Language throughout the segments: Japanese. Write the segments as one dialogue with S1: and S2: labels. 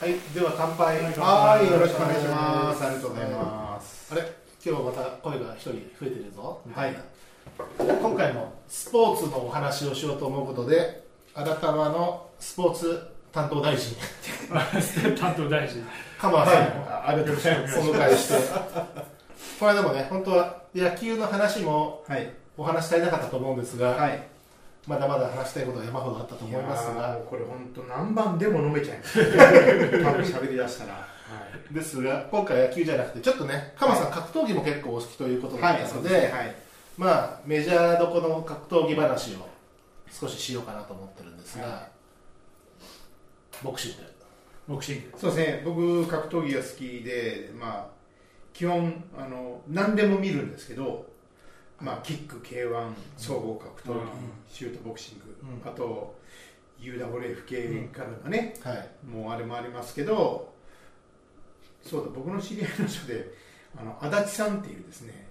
S1: はい、では乾杯。
S2: 乾杯
S1: はい、よろしくお願いします。ありがとうございます。
S2: ます
S1: あれ、今日また声が一人増えてるぞ。みたいな
S2: は
S1: 今回もスポーツのお話をしようと思うことで、荒川のスポーツ担当大 臣、
S3: 担当大臣
S1: カマさんがあるとお
S3: はい
S1: 迎えして、これでもね、本当は野球の話も
S2: はい
S1: お話し足りなかったと思うんですが、
S2: はい
S1: まだまだ話したいことが山ほどあったと思います
S2: いやー
S1: が
S2: も、うこれ本当何番でも飲めちゃい ます多分喋り出したら、は
S1: ですが、今回野球じゃなくて、ちょっとね、カマさん格闘技も結構お好きということ
S2: い
S1: だっ
S2: はい
S1: た
S2: そ
S1: の
S2: う
S1: で、
S2: ですねはい
S1: まあ、メジャーどこの格闘技話を少ししようかなと思ってるんですが、
S2: は
S1: ボクシング、
S3: ボクシング
S2: そうですね僕格闘技が好きでまあ基本あの何でも見るんですけどまあキック K1 総合格闘技、
S3: うん
S2: シュートボクシング、
S1: うん
S2: あと UWF 系からのね、
S1: はい、
S2: もうあれもありますけどそうだ僕の知り合いの人であの足立さんっていうですね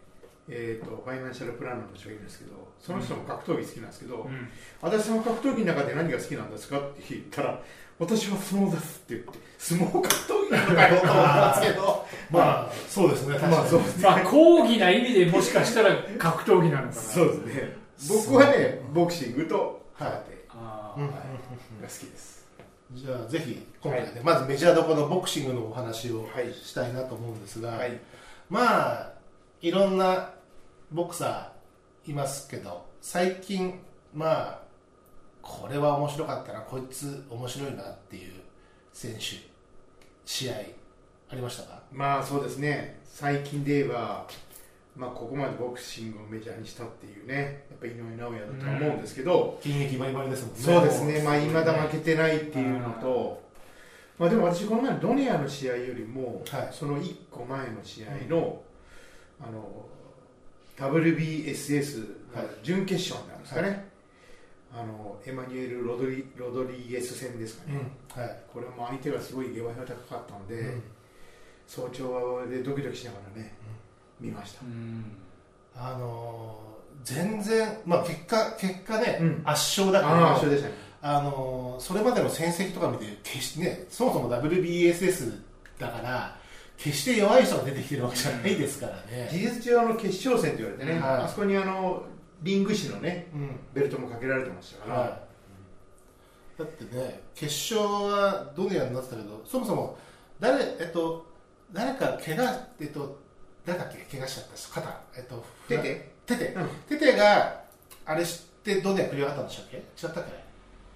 S2: えー、とファイナンシャルプランナーの人がいるんですけどその人も格闘技好きなんですけど、
S3: うん
S2: 足立さんは格闘技の中で何が好きなんですかって言ったら私は相撲ですって言って相撲格闘技なのかよと思ったんですけど
S1: まあ、そうですね、確かに、
S2: まあそうですね、
S3: まあ抗議な意味でもしかしたら格闘技なのかな
S2: そうですね僕はねボクシングと空手
S3: あ
S1: うん
S3: ー
S2: が好きです、
S1: じゃあ、ぜひ今回ね、まずメジャーどこのボクシングのお話を
S2: はい
S1: したいなと思うんですが、
S2: はい
S1: まあ、いろんなボクサーいますけど、最近、まあ、これは面白かったな、こいつ面白いなっていう選手、試合、ありましたか
S2: まあそうですね、最近で言えば、まあ、ここまでボクシングをメジャーにしたっていうね、やっぱ井上尚弥だとは思うんですけど、
S1: 筋肉バリバリですもんね。
S2: そうですね、
S1: も
S2: まあ、未だ負けてないっていうのと、まあ、でも私、この前のドネアの試合よりも、
S1: はい
S2: その1個前の試合の,、あの WBSS
S1: はい
S2: 準決勝になるんですかね、あのエマニュエル・ロドリロドリゲス戦ですか
S1: う
S2: ね、
S1: ん、はい。
S2: これも相手がすごい下馬が高かったので。
S1: うん
S2: 早朝でドキドキしながらね、見ました、
S3: うん
S1: あのー全然、まあ、結果、結果ね、
S2: うん
S1: 圧勝だけど、
S2: ああ
S1: あ
S2: それでしたね
S1: のーそれまでの戦績とか見て、決してね、そもそも WBSS だから、決して弱い人が出てきてるわけじゃないですからね。
S2: 事実上の決勝戦と言われてね、
S1: はい
S2: あそこにあのリング紙のね
S1: うん。
S2: ベルトもかけられてましたから、
S1: はい。だってね、決勝はドネアになってたけど、そもそも、誰、えっと、誰か怪我、えっと、誰だっけ怪我しちゃった人、肩、えっと、
S2: 出て、
S1: テテ、
S2: うん
S1: テテがあれ知ってどんな繰り上がったんでしたっけ違ったっ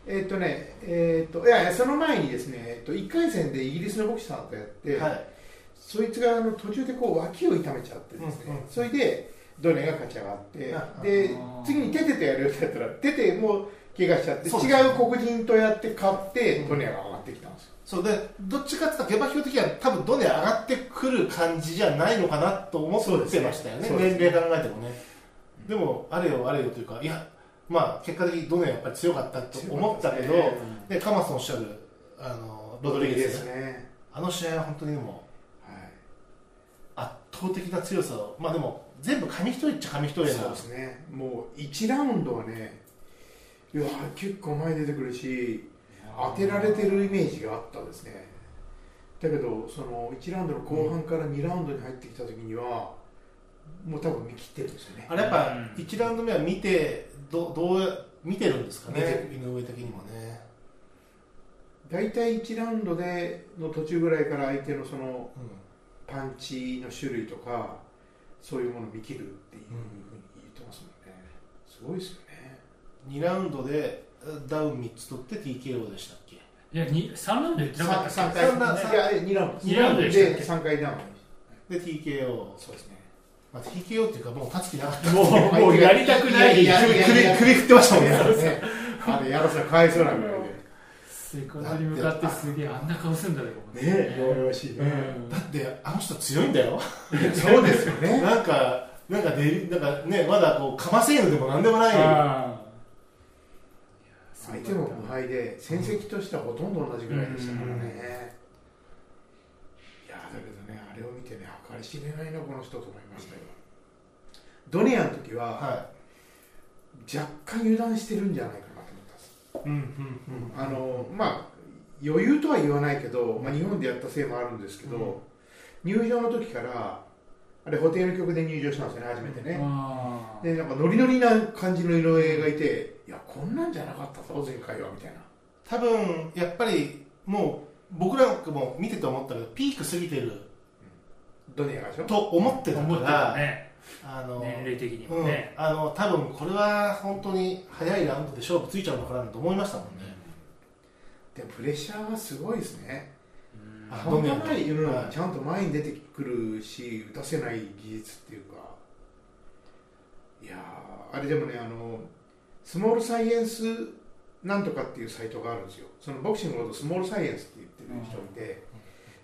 S2: えーっとねえーっといやいやその前にですね、えっと1回戦でイギリスのボクサーとやっ
S1: け、
S2: て、
S1: はい、
S2: そいつがあの途中でこう脇を痛めちゃってですね、
S1: うんうん
S2: それでドネが勝ち上がって、
S1: あ
S2: で
S3: あー
S2: 次にテテとやるよってやったらテテも怪我しちゃって、
S1: そうですね
S2: 違う黒人とやって勝って、
S1: うん
S2: ドネが上がってきたんですよ
S1: そうでどっちかっていうと下馬評的には多分どんな上がってくる感じじゃないのかなと思
S2: そう
S1: っ
S2: です
S1: て
S2: ね
S1: ましたよね
S2: そうですね
S1: 年齢考えてもね、でもあれよあれよというかいやまあ結果的にどんなやっぱり強かったと思ったけど
S2: 強かった
S1: で,、
S2: ですね
S1: カマスのおっしゃるあのロドリゲス、ね、
S2: ね
S1: あの試合は本当にもう
S2: はい
S1: 圧倒的な強さをまあでも全部紙一重っちゃ紙一重な
S2: そうですね、もう1ラウンドはね、いや結構前に出てくるし、当てられてるイメージがあったですね、だけど、その1ラウンドの後半から2ラウンドに入ってきたときには、もう多分見切ってるんですよね
S1: あ。れやっぱ
S3: うん
S1: 1ラウンド目は見てどどうや見てるんですかね
S2: ね
S1: 井上的にもね
S2: 大体1ラウンドでの途中ぐらいから相手のそのパンチの種類とか、そういうものを見切るっていうふうに言ってますもんね、すごいですよね。
S1: 2ラウンドでうダウン3つ取って TKO でしたっけ
S3: いやに三ラウンド言ってなかったっけ
S2: 3回、
S1: 三ラウンド
S2: いや2ラウンド
S3: 二ラウンドでしたっけ
S2: 3回ダウン。
S1: で TKO、
S2: そうですね。
S1: まあ、TKO っていうかもう立つ気なかった
S3: もうもうやりたくない
S2: いや
S1: 首首首振ってましたもんね
S2: ね、あれやらせかわいそうなぐらい
S3: セカンドに向かってすげえあんな顔すんだねここ
S2: で。ねえ、弱々しいね。
S3: うん
S1: だってあの人強いんだよ
S2: そうですよね。
S1: なんかなんかでなんかねまだこうかませんのでもなんでもない
S3: あー
S2: 相手も無敗で、戦績としてはほとんど同じぐらいでしたから
S3: うん
S2: ね。いや、だけどね、あれを見てね、計り知れないな、この人と思いましたよ。ドネアの時は、
S1: は
S2: 若干油断してるんじゃないかなと思ったんです。
S1: うんうん
S2: あのまあ余裕とは言わないけど、まあ、日本でやったせいもあるんですけど、入場の時からあれ布袋の曲で入場したんですよね初めてね、
S3: あー
S2: でなんかノリノリな感じの井上がいていやこんなんじゃなかったぞ前回はみたいな
S1: 多分やっぱりもう僕らも見てて思ったけどピーク過ぎてる
S2: ドネアがでしょ
S1: と思ってたか
S3: 思って
S1: ら
S3: たね
S1: あの
S3: 年齢的に
S1: う
S3: も
S1: ん
S3: ね、
S1: あの多分これは本当に早いラウンドで勝負ついちゃうのかなと思いましたもんね、
S2: でもプレッシャーがすごいですね
S3: うん
S1: あ
S2: 半端ない世の中
S1: はい
S2: にちゃんと前に出てくるし打たせない技術っていうかいやーあれでもねあのスモールサイエンスなんとかっていうサイトがあるんですよそのボクシングのことをスモールサイエンスって言ってる人いて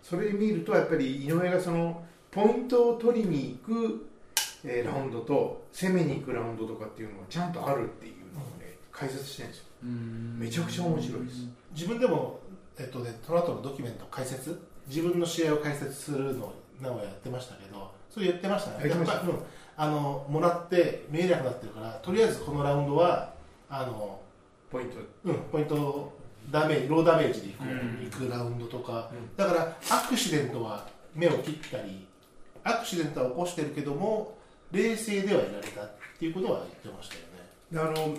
S2: それで見るとやっぱり井上がそのポイントを取りに行く、えーラウンドと攻めに行くラウンドとかっていうのがちゃんとあるっていうのをね解説してるんですよ
S3: うん
S2: めちゃくちゃ面白いです
S1: 自分でも、えっとね、トラトのドキュメント解説自分の試合を解説するのをなおやってましたけどそれ言ってましたね
S2: やってました
S1: やっぱうんあのもらって見えなくなってるからとりあえずこのラウンドはあの、
S2: ポイント
S1: うん、ポイントダメージローダメージでいく,、
S3: うん
S1: いくラウンドとか、
S2: うん
S1: だからアクシデントは目を切ったりアクシデントは起こしてるけども冷静ではいられたっていうことは言ってましたよね
S2: であの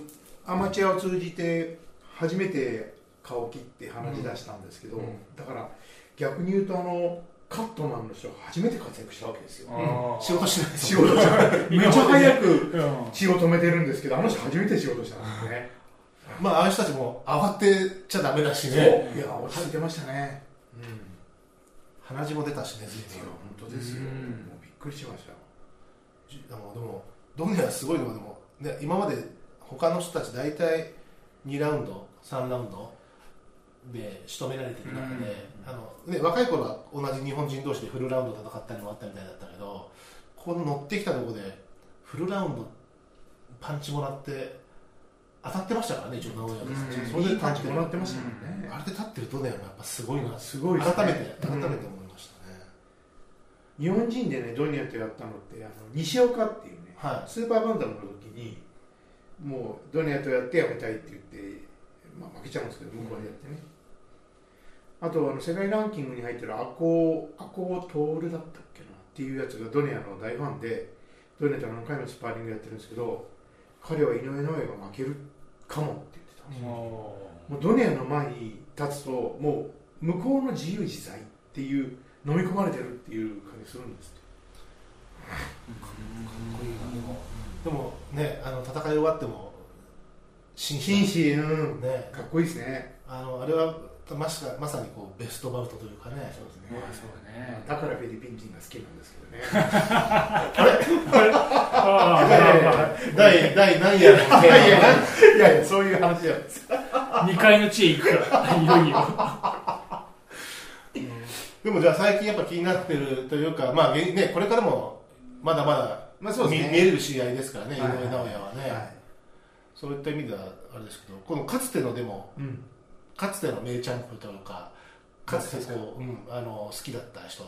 S2: アマチュアを通じて初めて顔を切って話し出したんですけど、
S1: うん
S2: だから逆に言うとあのカットマンの人が初めて活躍したわけですよ
S3: あー
S1: 仕事しないです
S2: 仕事じゃないめちゃ早く
S3: うん
S2: 血を止めてるんですけどあの人初めて仕事したんですね
S1: まあああいう人たちも慌てちゃダメだし
S2: そう
S1: ね
S2: いや落ち着いてましたねうん
S1: 鼻血も出たしねずい
S2: いや
S1: ぶん
S2: 本当ですよ、
S3: うん
S2: もうびっくりしましたよ
S1: じあのでもドネアすごいのはでも、ね、今まで他の人たち大体2ラウンド3ラウンドで仕留められてる中で、
S2: うん
S1: あのね、若い頃は同じ日本人同士でフルラウンド戦ったりもあったみたいだったけどこの乗ってきたところでフルラウンドパンチもらって当たってましたからね一応直哉
S2: うん
S1: さん
S2: それでパンチもら
S1: る
S2: ってましたもんね、
S1: あれで立ってるドネアもやっぱすごいな
S2: すごいですね
S1: 改めて改めて思
S2: う
S1: い
S2: ん
S1: ましたね、
S2: 日本人でねドニアとやったのってあの西岡っていうね
S1: はい
S2: スーパーバンダムの時にもうドネアとやってやめたいって言って、まあ、負けちゃうんですけど向こうでやってね、あとあの世界ランキングに入ってるアコーアコートールだったっけなっていうやつがドネアの大ファンでドネアと何回もスパーリングやってるんですけど彼は井上尚弥が負けるかもって言ってたんですよ
S3: も
S2: もうドネアの前に立つともう向こうの自由自在っていう飲み込まれてるっていう感じするんですって
S1: でもね、あの戦い終わっても紳
S2: 紳
S1: 士
S2: 士、う
S1: だ
S2: ん、
S1: ね、
S2: かっこいいですね。
S1: あのあれはまさかまさにこうベストバウトというかね、
S3: うねそうね
S2: だからフィリピン人が好きなんですけどね。
S3: あ
S2: い
S3: ー
S2: やいやい
S1: 第第何 夜のテー マ
S2: いやいや、いやいや、そういう話じゃないです。
S3: 2階の地へ行くから、いよいよ。
S1: でもじゃあ最近やっぱ気になってるというか、まあげねこれからもまだまだ
S2: まあそうですね
S1: 見見える試合ですからね、井上
S2: はいはい
S1: 尚弥はね、そういった意味ではあれですけど、このかつてのでも
S2: うん。
S1: かつての名チャンプというか、かつてこう、うん、あの好きだった人、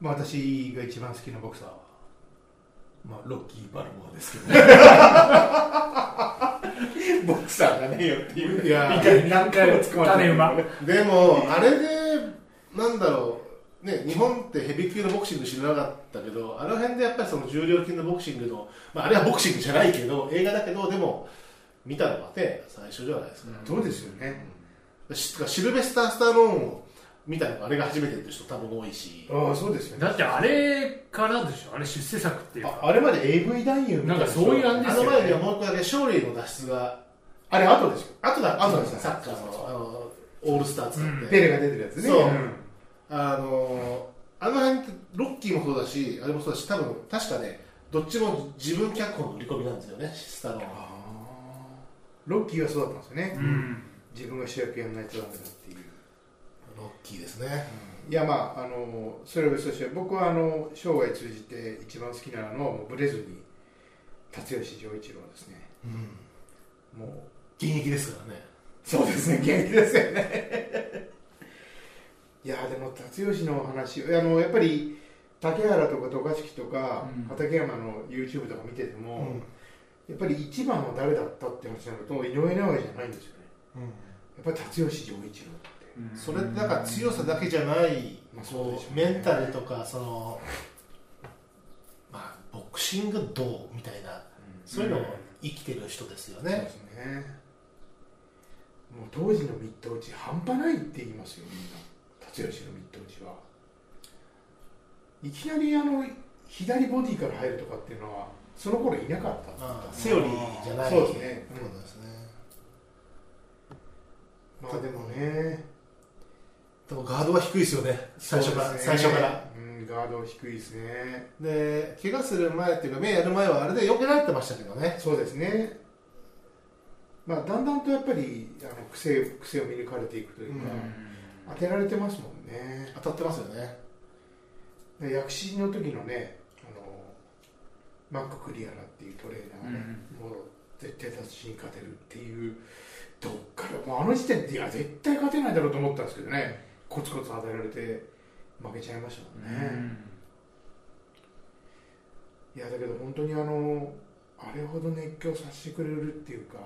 S2: まあ、私が一番好きなボクサーは、まあ、ロッキー・バルボアですけど ね。ボクサーがねえよっていう。
S1: いや
S2: 何回も突っ込まれてる
S3: 種馬
S1: でも、あれで、なんだろう、ね、日本ってヘビー級のボクシング知らなかったけど、あの辺でやっぱりその重量級のボクシングの、まあ、あれはボクシングじゃないけど、映画だけど、でも、見たのはね、最初じゃないですか。
S2: そうですよね。
S1: しシルベスター・スタローンを見たのが、あれが初めてって人多分多いし、
S2: ああ、そうですよね。
S3: だってあれからでしょ、あれ出世作っていう
S2: あ
S3: か。
S2: あれまで AV 男優みたいな人。
S3: なんかそういうあれです
S1: あ
S3: よ
S1: の前にはもう一個だけ、勝利の脱出が、
S2: あれ、後ですよ。
S1: あとだ
S2: 後ですね
S1: サッカーのあのオールスター使って。
S3: うん
S2: ペレが出てるやつね。
S1: そうんあのーあの辺ってロッキーもそうだし、あれもそうだし、多分確かね、どっちも自分脚本の売り込みなんですよね、スタローンは。
S2: あーロッキーはそうだったんですよね、
S3: うん。
S2: 自分が主役やんないとダメだっていう、
S1: ロッキーですね。
S2: いやまああのそれは別として僕はあの生涯通じて一番好きなのはもうブレずに辰吉丈一郎ですね
S1: うん。
S2: もう
S1: 現役ですからね。
S2: そうですね元気ですよね いやでも辰吉の話あのやっぱり竹原とか渡嘉敷とか、
S3: うん
S2: 畠山の YouTube とか見てても、やっぱり一番は誰だったって話になると井上尚弥じゃないんですよねやっぱり辰吉丈一郎って
S1: それってなんか強さだけじゃない、
S2: まあそうで
S1: こ
S2: しょ
S1: う
S2: うね
S1: メンタルとかその、まあ、ボクシング道みたいなそういうのを生きてる人ですよ
S2: そうで
S1: ね、
S2: すねもう当時のミット打ち半端ないって言いますよみんな辰吉のミット打ちはいきなりあの左ボディから入るとかっていうのはその頃いなかったってこと
S1: まあ、
S2: ですね
S1: セオリーじゃない
S2: そうですね
S1: ってことですね、
S2: まあでもね
S1: でもガードは低いですよね最初から、
S2: そうですね
S1: 最初から
S2: うんガード低いですね
S1: で怪我する前っていうか目やる前はあれで避けられてましたけどね
S2: そうですねまあだんだんとやっぱりあの癖癖を見抜かれていくというか、
S1: うん
S2: 当てられてますもんね
S1: 当たってますよね
S2: で薬師の時のねあのマック・クリアラっていうトレーナーがね、もう絶対達人に勝てるっていうどっからもうあの時点でいや絶対勝てないだろうと思ったんですけどねコツコツ与えられて負けちゃいましたもんね、いやだけど本当にあのあれほど熱狂させてくれるっていうか、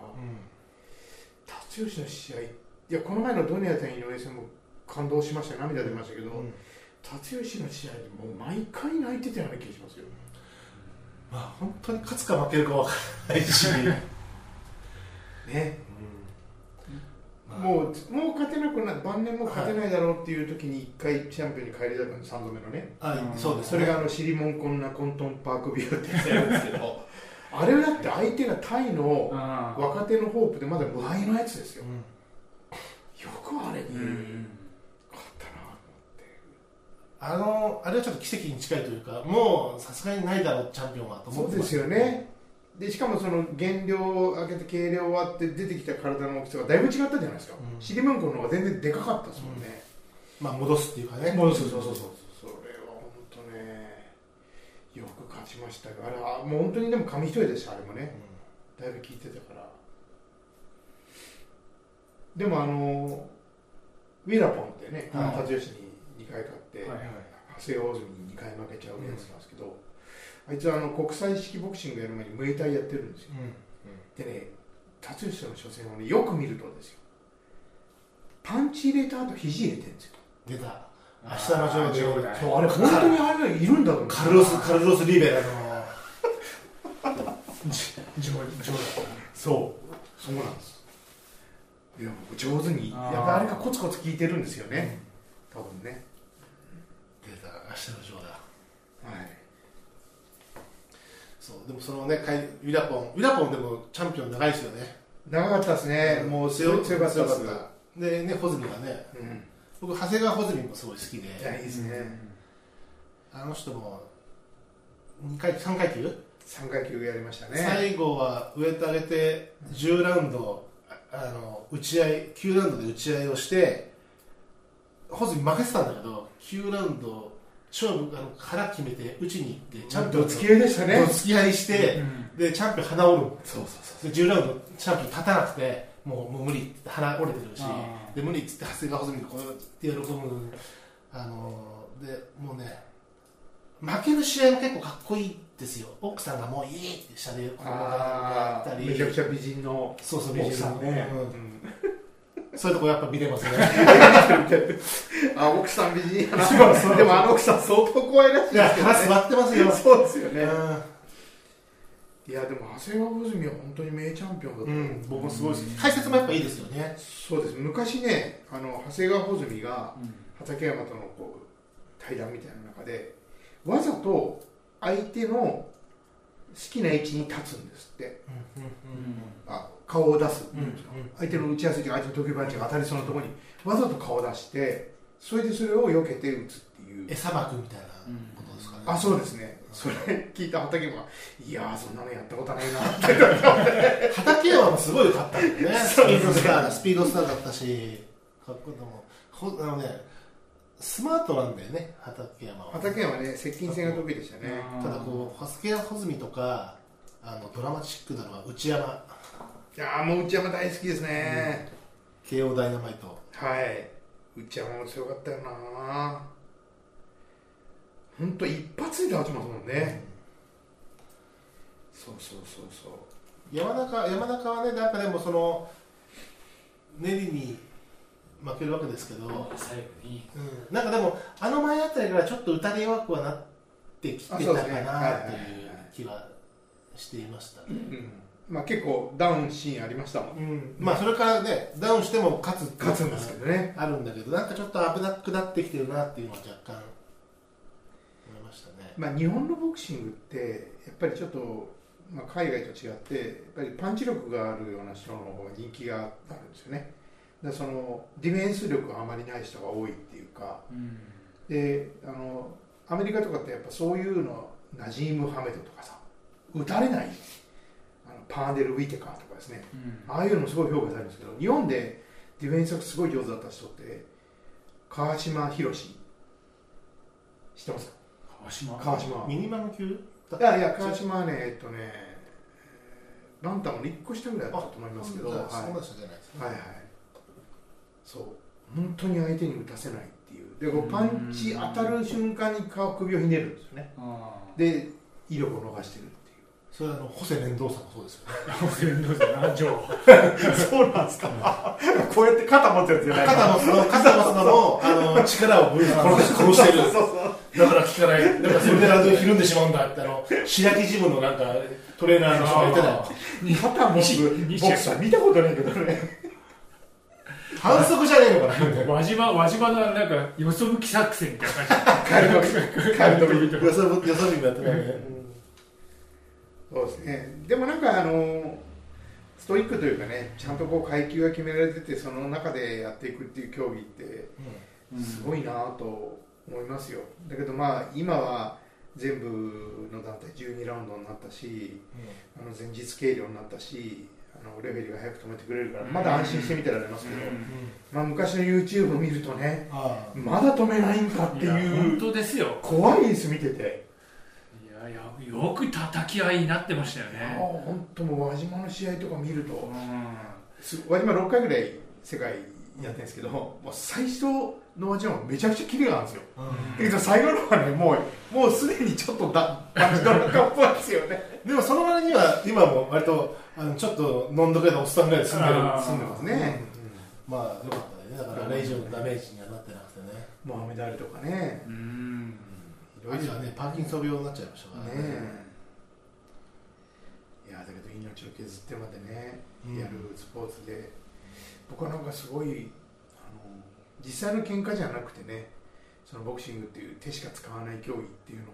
S2: 達吉の試合いやこの前のドネア対井上戦も感動しました涙出ましたけど、
S1: うん
S2: 達吉の試合でもう毎回泣いてたような気がしますよ
S1: まあ本当に勝つか負けるか分からないし、
S2: ね、
S1: まあ
S2: もうもう勝てなくな晩年も勝てないだろうっていう時に一回チャンピオンに返り咲くの3度目のね
S1: あ
S3: うん
S1: そうです
S2: そ
S1: ね
S2: れがあのシリモンコンナコントンパークビューってやつなんですけどあれだって相手がタイの
S3: あ
S2: 若手のホープでまだ無敗のやつですよ
S1: うん
S2: よくあれに
S3: ーうん
S2: 勝ったなと思って
S1: あのあれはちょっと奇跡に近いというかもうさすがにないだろうチャンピオンはと
S2: そ
S1: 思っ
S2: う
S1: て
S2: で
S1: ます
S2: よねでしかもその減量を上げて軽量終わって出てきた体の大きさがだいぶ違ったじゃないですか、
S1: うん
S2: 尻文庫の方が全然でかかったですもんね、
S1: まあ戻すっていうかね
S2: もうそうそうそうそうそれは本当ねよく勝ちましたがあれはもう本当にでも紙一重でしたあれもねだいぶ聞いてたからでもあのウィラポンってね
S1: はい
S2: 辰吉に2回勝って、
S3: はいはい
S2: 長谷川大泉に2回負けちゃうやつなんですけど、あいつはあの国際式ボクシングやる前にムエタイやってるんですよ
S1: うんうん
S2: でね辰吉との初戦をねよく見るとですよパンチ入れた後肘入れてるんですよ
S1: 出た明日のジョージ
S3: あー
S2: そうあれ本当にあれがいるんだと思う
S1: カルロスカルロス・リベラの
S3: ジョージ
S1: ジョージ
S2: そうそうなんですいや上手に
S3: あ
S2: や
S3: ー
S2: っぱあれがコツコツ効いてるんですよね、多分ね
S1: 出た明日のジョーだ
S2: はい
S1: そうでもそのねかいウィラポンウィラポンでもチャンピオン長いですよね
S2: 長かったですね、もう強強かったです
S1: でねホズミがね
S2: うん
S1: 僕長谷川ホズミもすごい好きで
S2: いやいいですね、
S1: あの人も2回3階級、
S2: 三3階級やりましたね
S1: 最後は上と上げて10ラウンドああの打ち合い9ラウンドで打ち合いをしてホズミ負けてたんだけど9ラウンド勝負あの腹決めて打ちに行ってチ
S2: ちゃ
S1: ャン
S2: ん
S1: ピオン
S2: と
S1: と
S2: 付き合いでしたね
S1: と付き合いして、でチャンピオン鼻折る
S2: そうそうそ
S1: で10ラウンドチャンピオン立たなくてもうもう無理って鼻折れてるし
S3: あー
S1: で無理っつって長谷川穂積にこうやってやろうと思うのにあのーでもうね負ける試合も結構かっこいいですよ奥さんがもういいって下で子供
S2: あ
S1: がやった
S2: あ
S1: り
S2: めちゃくちゃ美人の
S1: そうそう
S2: 奥さんね、
S1: う
S2: うん
S1: んそういうとこやっぱ見れます ね
S2: あ奥さん美人 やな
S1: そうそうそう
S2: でもあの奥さん相当怖いらしい
S1: い
S2: で
S1: や
S2: すけど
S1: 腹
S2: ね
S1: 座ってますよ
S2: そうですよね、
S1: う
S2: いやでも長谷川穂積は本当に名チャンピオンだと思
S1: ん、
S2: う、
S1: うん、僕もすごい好き解説もやっぱいいですよね
S2: そうです昔ねあの長谷川穂積が畠山とのこう対談みたいな中でわざと相手の好きな位置に立つんですって
S1: うんうん
S2: あ顔を出すっていうんですか、
S1: うんうん
S2: 相手の打ちやすいとか相手の時番地が当たりそうなところにわざと顔を出してそれでそれを避けて打つっていう
S1: 餌ばくみたいなことですかね、
S2: あそうですねそれ聞いた畠山がいやーそんなのやったことないなって
S1: 畠山もすごい良かったんだよねス
S2: そう
S1: ピ
S2: で
S1: ー
S2: す
S1: ド
S2: ね
S1: スターだスピードスターだったしかっこいいと思うほあのねスマートなんだよね畠山は
S2: 畠山はね接近戦が得意でしたね
S1: ただこう助けや穂積とかあのドラマチックなのは内山
S2: いやーもう内山大好きですね、
S1: 慶応ダイナマイト
S2: はい内山も強かったよな本当一発で倒しますもんね、そうそうそうそう
S1: 山中山中はねなんかでもそのネリに負けるわけですけど、
S3: 最後に
S1: うんなんかでもあの前あたりからちょっと打たれ弱くはなってきてたかなっていう気はしていましたね。
S2: うんまあ、結構ダウンシーンありましたもん
S1: うんまあそれからねダウンしても勝つっていうのが
S2: 勝つんですけどね
S1: あるんだけどなんかちょっと危なくなってきてるなっていうのは若干思いましたね。
S2: まあ、日本のボクシングってやっぱりちょっと、まあ、海外と違ってやっぱりパンチ力があるような人の方が人気があるんですよねだからそのディフェンス力があまりない人が多いっていうか
S3: うん
S2: であのアメリカとかってやっぱそういうのナジーム・ハメドとかさ打たれないあのパーデル・ウィテカーとかですね
S3: うん
S2: ああいうのもすごい評価されるんですけど日本でディフェンスがすごい上手だった人って川島博士知ってますか
S3: 川島
S2: 川島
S1: ミニマム級だ
S2: いやいや、川島はね、えっとね、えーバンタムの1個下ぐらいだったと思いますけど、
S1: そ
S2: は
S1: ん
S2: い、
S1: な
S2: はい
S1: そんな人じゃないですね。
S2: はい。そう、本当に相手に打たせないっていう、で、こ
S3: う
S2: うんパンチ当たる瞬間に顔、首をひねるんですよね。
S3: あー
S2: で、威力を逃してるっ
S1: それはあの細連動さんもそうです よね。
S3: どうぞ南條
S2: ていう。そうなんですか。 こうやって肩持ってるやつじゃ
S1: 肩のその肩のそのあの力を分散して殺してる。だから聞かない。だからそれでラジオひるんでしまうんだってあの白木ジムのなんかトレーナーの人が言ってたよ。
S2: 肩持つ
S3: 西
S2: ボクサー見たことないけどね。
S1: 反則じゃねえのかなみたいな。
S3: 輪島輪島のなんかよそ向き作戦みたいな感
S2: 軽く
S3: じ
S2: 軽く
S3: と
S1: よそよそ見になってたね。
S2: そうですね。でもなんかあのストイックというかね、ちゃんとこう階級が決められててその中でやっていくっていう競技ってすごいなぁと思いますよ。だけどまあ今は全部の団体12ラウンドになったし、あの前日計量になったし、あのレフェリーが早く止めてくれるからまだ安心して見てられますけど、
S3: うん
S2: まあ昔の YouTube を見るとね、
S1: あ
S2: まだ止めないんかっ
S3: い
S2: て
S3: や
S2: い
S3: 本
S2: う
S3: 当ですよ
S2: 怖いです見てて。
S3: いやいやよく叩き合いになってましたよ
S2: ああ
S3: ね
S2: 本当もう輪島の試合とか見ると。
S3: う
S2: す輪島6回ぐらい世界やってるんですけど、もう最初の輪島はめちゃくちゃキレがあるんですよ、だけど最後のはねもうもうすでにちょっとだバチドラカっぽいですよね
S1: でもその割には今も割とあのちょっと飲んどけのおっさんぐらいで住んでる
S3: あー
S2: 住んでますね、
S1: まあよかったねだからあれ以上のダメージにはなってなくてね
S2: モハメダリとかね
S3: んうん
S2: いろい
S1: あ
S2: ろ
S1: とはねパーキンソン病になっちゃいましたから
S2: ね
S1: ね
S2: いやだけど命を削ってまでね、
S1: うん
S2: やるスポーツで僕はなんかすごいあの実際の喧嘩じゃなくてねそのボクシングっていう手しか使わない競技っていうのを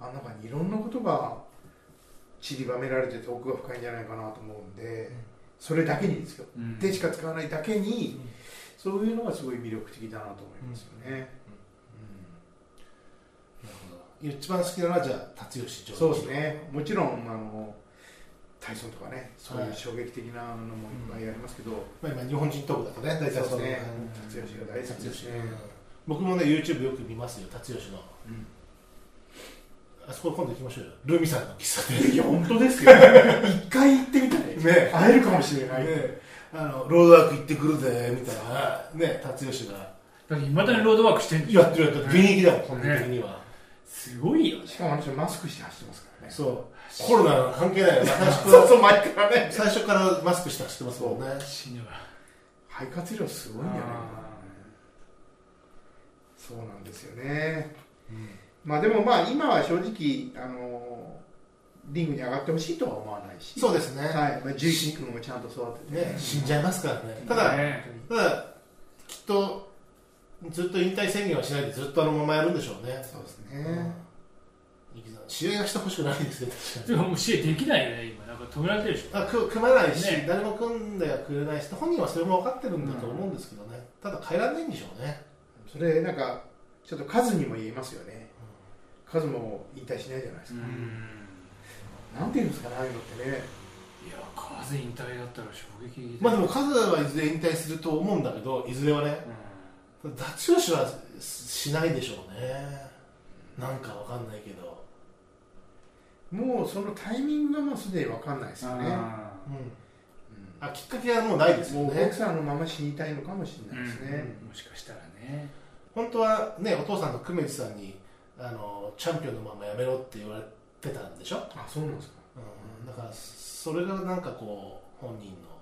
S2: あの中にいろんなことが散りばめられてて奥が深いんじゃないかなと思うんで、
S1: うん
S2: それだけにですよ、
S3: うん
S2: 手しか使わないだけに、
S1: うん
S2: そういうのがすごい魅力的だなと思いますよね、うん
S1: なるほど一番好きなのはじゃあ辰吉上
S2: そうですね、もちろんあの体操とかね、そうい
S1: は
S2: う
S1: い
S2: 衝撃的なのもいっぱいありますけど、
S1: まあ今日本人トークだとね大体
S2: そ
S1: そうう
S2: で
S1: ね
S2: すね辰吉が大好き
S1: 辰
S2: です
S1: 吉
S2: ね
S1: うん僕もね YouTube よく見ますよ辰吉の
S2: うん
S1: あそこ今度行きましょうよルミさんの喫茶
S2: い
S1: 店
S2: や、本当ですよ、 一回行ってみたい、
S1: ね
S2: 会えるかもしれない、
S1: ねあのロードワーク行ってくるぜみたいなね辰吉が
S3: だっていまだにロードワークしてるんでしょ
S1: やってるやってる現役だもん本人的には
S3: すごいよね
S2: しかもあの人、マスクして走ってますからね、
S1: そうコロナ関係ないよ最初
S2: そう
S1: か
S2: そう前から
S1: ら
S2: ね、
S1: 最初からマスクして走ってますもんね
S3: 死ぬわ
S2: 肺活量すごいんじゃないかな
S3: あ、
S2: そうなんですよね。
S1: うん
S2: まあでもまあ今は正直あのリングに上がってほしいとは思わないし、
S1: そうですね
S2: はい、まあ重心君をちゃんと育てて
S1: ね死んじゃいますからねただ
S3: ね
S1: ただきっとずっと引退宣言はしないでずっとあのままやるんでしょうね
S2: そうです
S1: う
S2: ね。
S1: ん生きざ試合がしてほしくないですね確
S3: でももう支援できないよね今なんか止められてるでし
S1: かにあく組まないし、
S3: ね
S1: 誰も組んではくれないし本人はそれも分かってるんだと思うんですけどね、ただ変えられないんでしょうね
S2: それなんかちょっと数にも言えますよね。数も引退しないじゃないで
S3: ょ
S2: す
S3: う
S2: か。
S3: ん
S2: なんていうんですかねああいうのってね。
S3: いやカズ引退だったら衝撃
S1: まあでもカズはいずれ引退すると思うんだけどいずれはねダチ吉はしないでしょうねなんか分かんないけど、
S2: もうそのタイミングがもうすでにわかんないですよね。
S1: うん、
S2: う
S1: あきっかけはもうないです
S2: ん
S1: よ
S2: もうボ
S1: ね
S2: クサーのまま死にたいのかもしれないですね。
S3: うんもしかしたらね
S1: 本当はねお父さんの久米地さんにあのチャンピオンのままやめろって言われてたんでしょ
S2: あそうなんですか。
S1: うん、だからそれがなんかこう本人の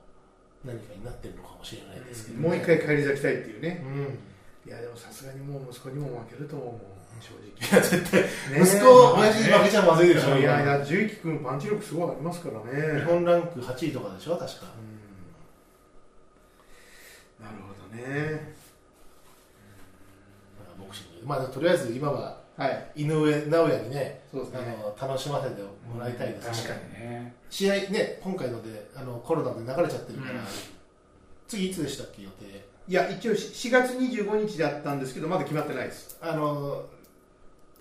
S1: 何かになってるのかもしれないですけど、ね
S2: もう一回返り咲きたいっていうね
S1: うん、
S2: いやでもさすがにもう息子にも負けると思う正直
S1: いや絶対
S2: ね
S1: 息子
S2: まあ
S1: 親父に負けちゃまずいでしょ
S2: いやい
S1: 今
S2: や重機君パンチ力すごいありますからね
S1: 日本ランク8位とかでしょ確か
S2: うんなるほどね
S1: ボクシングまあとりあえず今は
S2: はい
S1: 井上尚弥にね
S2: そうです
S1: あ
S2: ね
S1: の楽しませてもらいたいですね
S3: 確かにね
S1: 試合ね今回のであのコロナで流れちゃってるから、
S3: うん
S1: 次いつでしたっけ予定
S2: いや一応し4月25日だったんですけどまだ決まってないです
S1: あの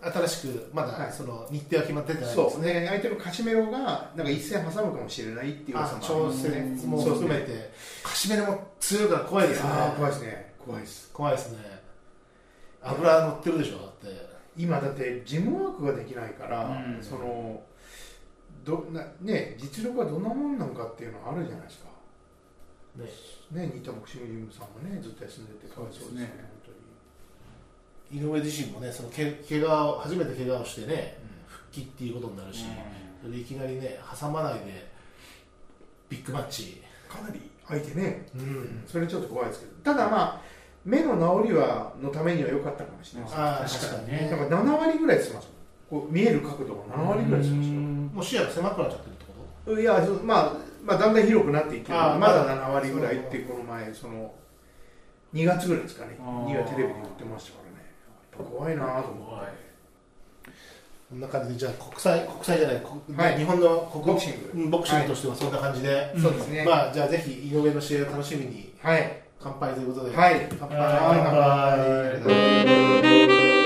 S1: 新しくま
S2: は
S1: だ
S2: い
S1: その日程は決まってないんですね、
S2: そうね相手のカシメロがなんか一戦挟むかもしれないっていう噂
S1: あ
S2: も
S1: 調
S2: あります
S1: 節
S2: ね
S1: も
S2: そう
S1: 含め
S2: で
S1: て、カシメロも強いから怖いですす
S2: ね
S1: ね
S2: ああ怖いですね怖いです
S1: 怖いですね油乗ってるでしょだって
S2: 今だって事務ワークができないから、
S3: うん
S2: そのどなね実力はどんなもんなんかっていうのはあるじゃないですか
S1: ね
S2: ね新田ボクシングジムさんもねずっと休んでてかわいそうですよね本
S1: 井上自身もねそのけ怪我を初めて怪我をしてね
S2: 当に、
S1: 復帰っていうことになるし、それでいきなりね挟まないでビッグマッチ
S2: かなり相手ね、
S1: う
S2: それちょっと怖いですけどただまあ目の治りはのためには良かったかもしれないです、
S1: ああ
S3: 確
S1: 確
S3: か
S1: か
S3: に
S1: に
S3: ね
S1: ね
S2: だから7割ぐらいつますこう見える角度が7割ぐらいつます
S1: もう視野が狭くなっちゃってるってこ
S2: いやそうまあ、まあだんだん広くなっていってる
S1: あー
S2: まだ7割ぐらいってこの前その2月ぐらいですかね
S3: あー
S2: にはテレビで言ってましたからねやっぱ怖いなと思って
S1: とこんな感じでじゃあ国際国際じゃない、国
S2: はい
S1: 日本の国
S2: ボクシング
S1: うんボクシングとしてはそんな感じで、
S3: うんそうです
S2: ね
S1: まあじゃあぜひ井上の試合を楽しみに
S2: はい
S1: 乾杯ということで、
S2: はい
S1: 乾杯
S3: はい
S1: 乾杯
S2: 乾杯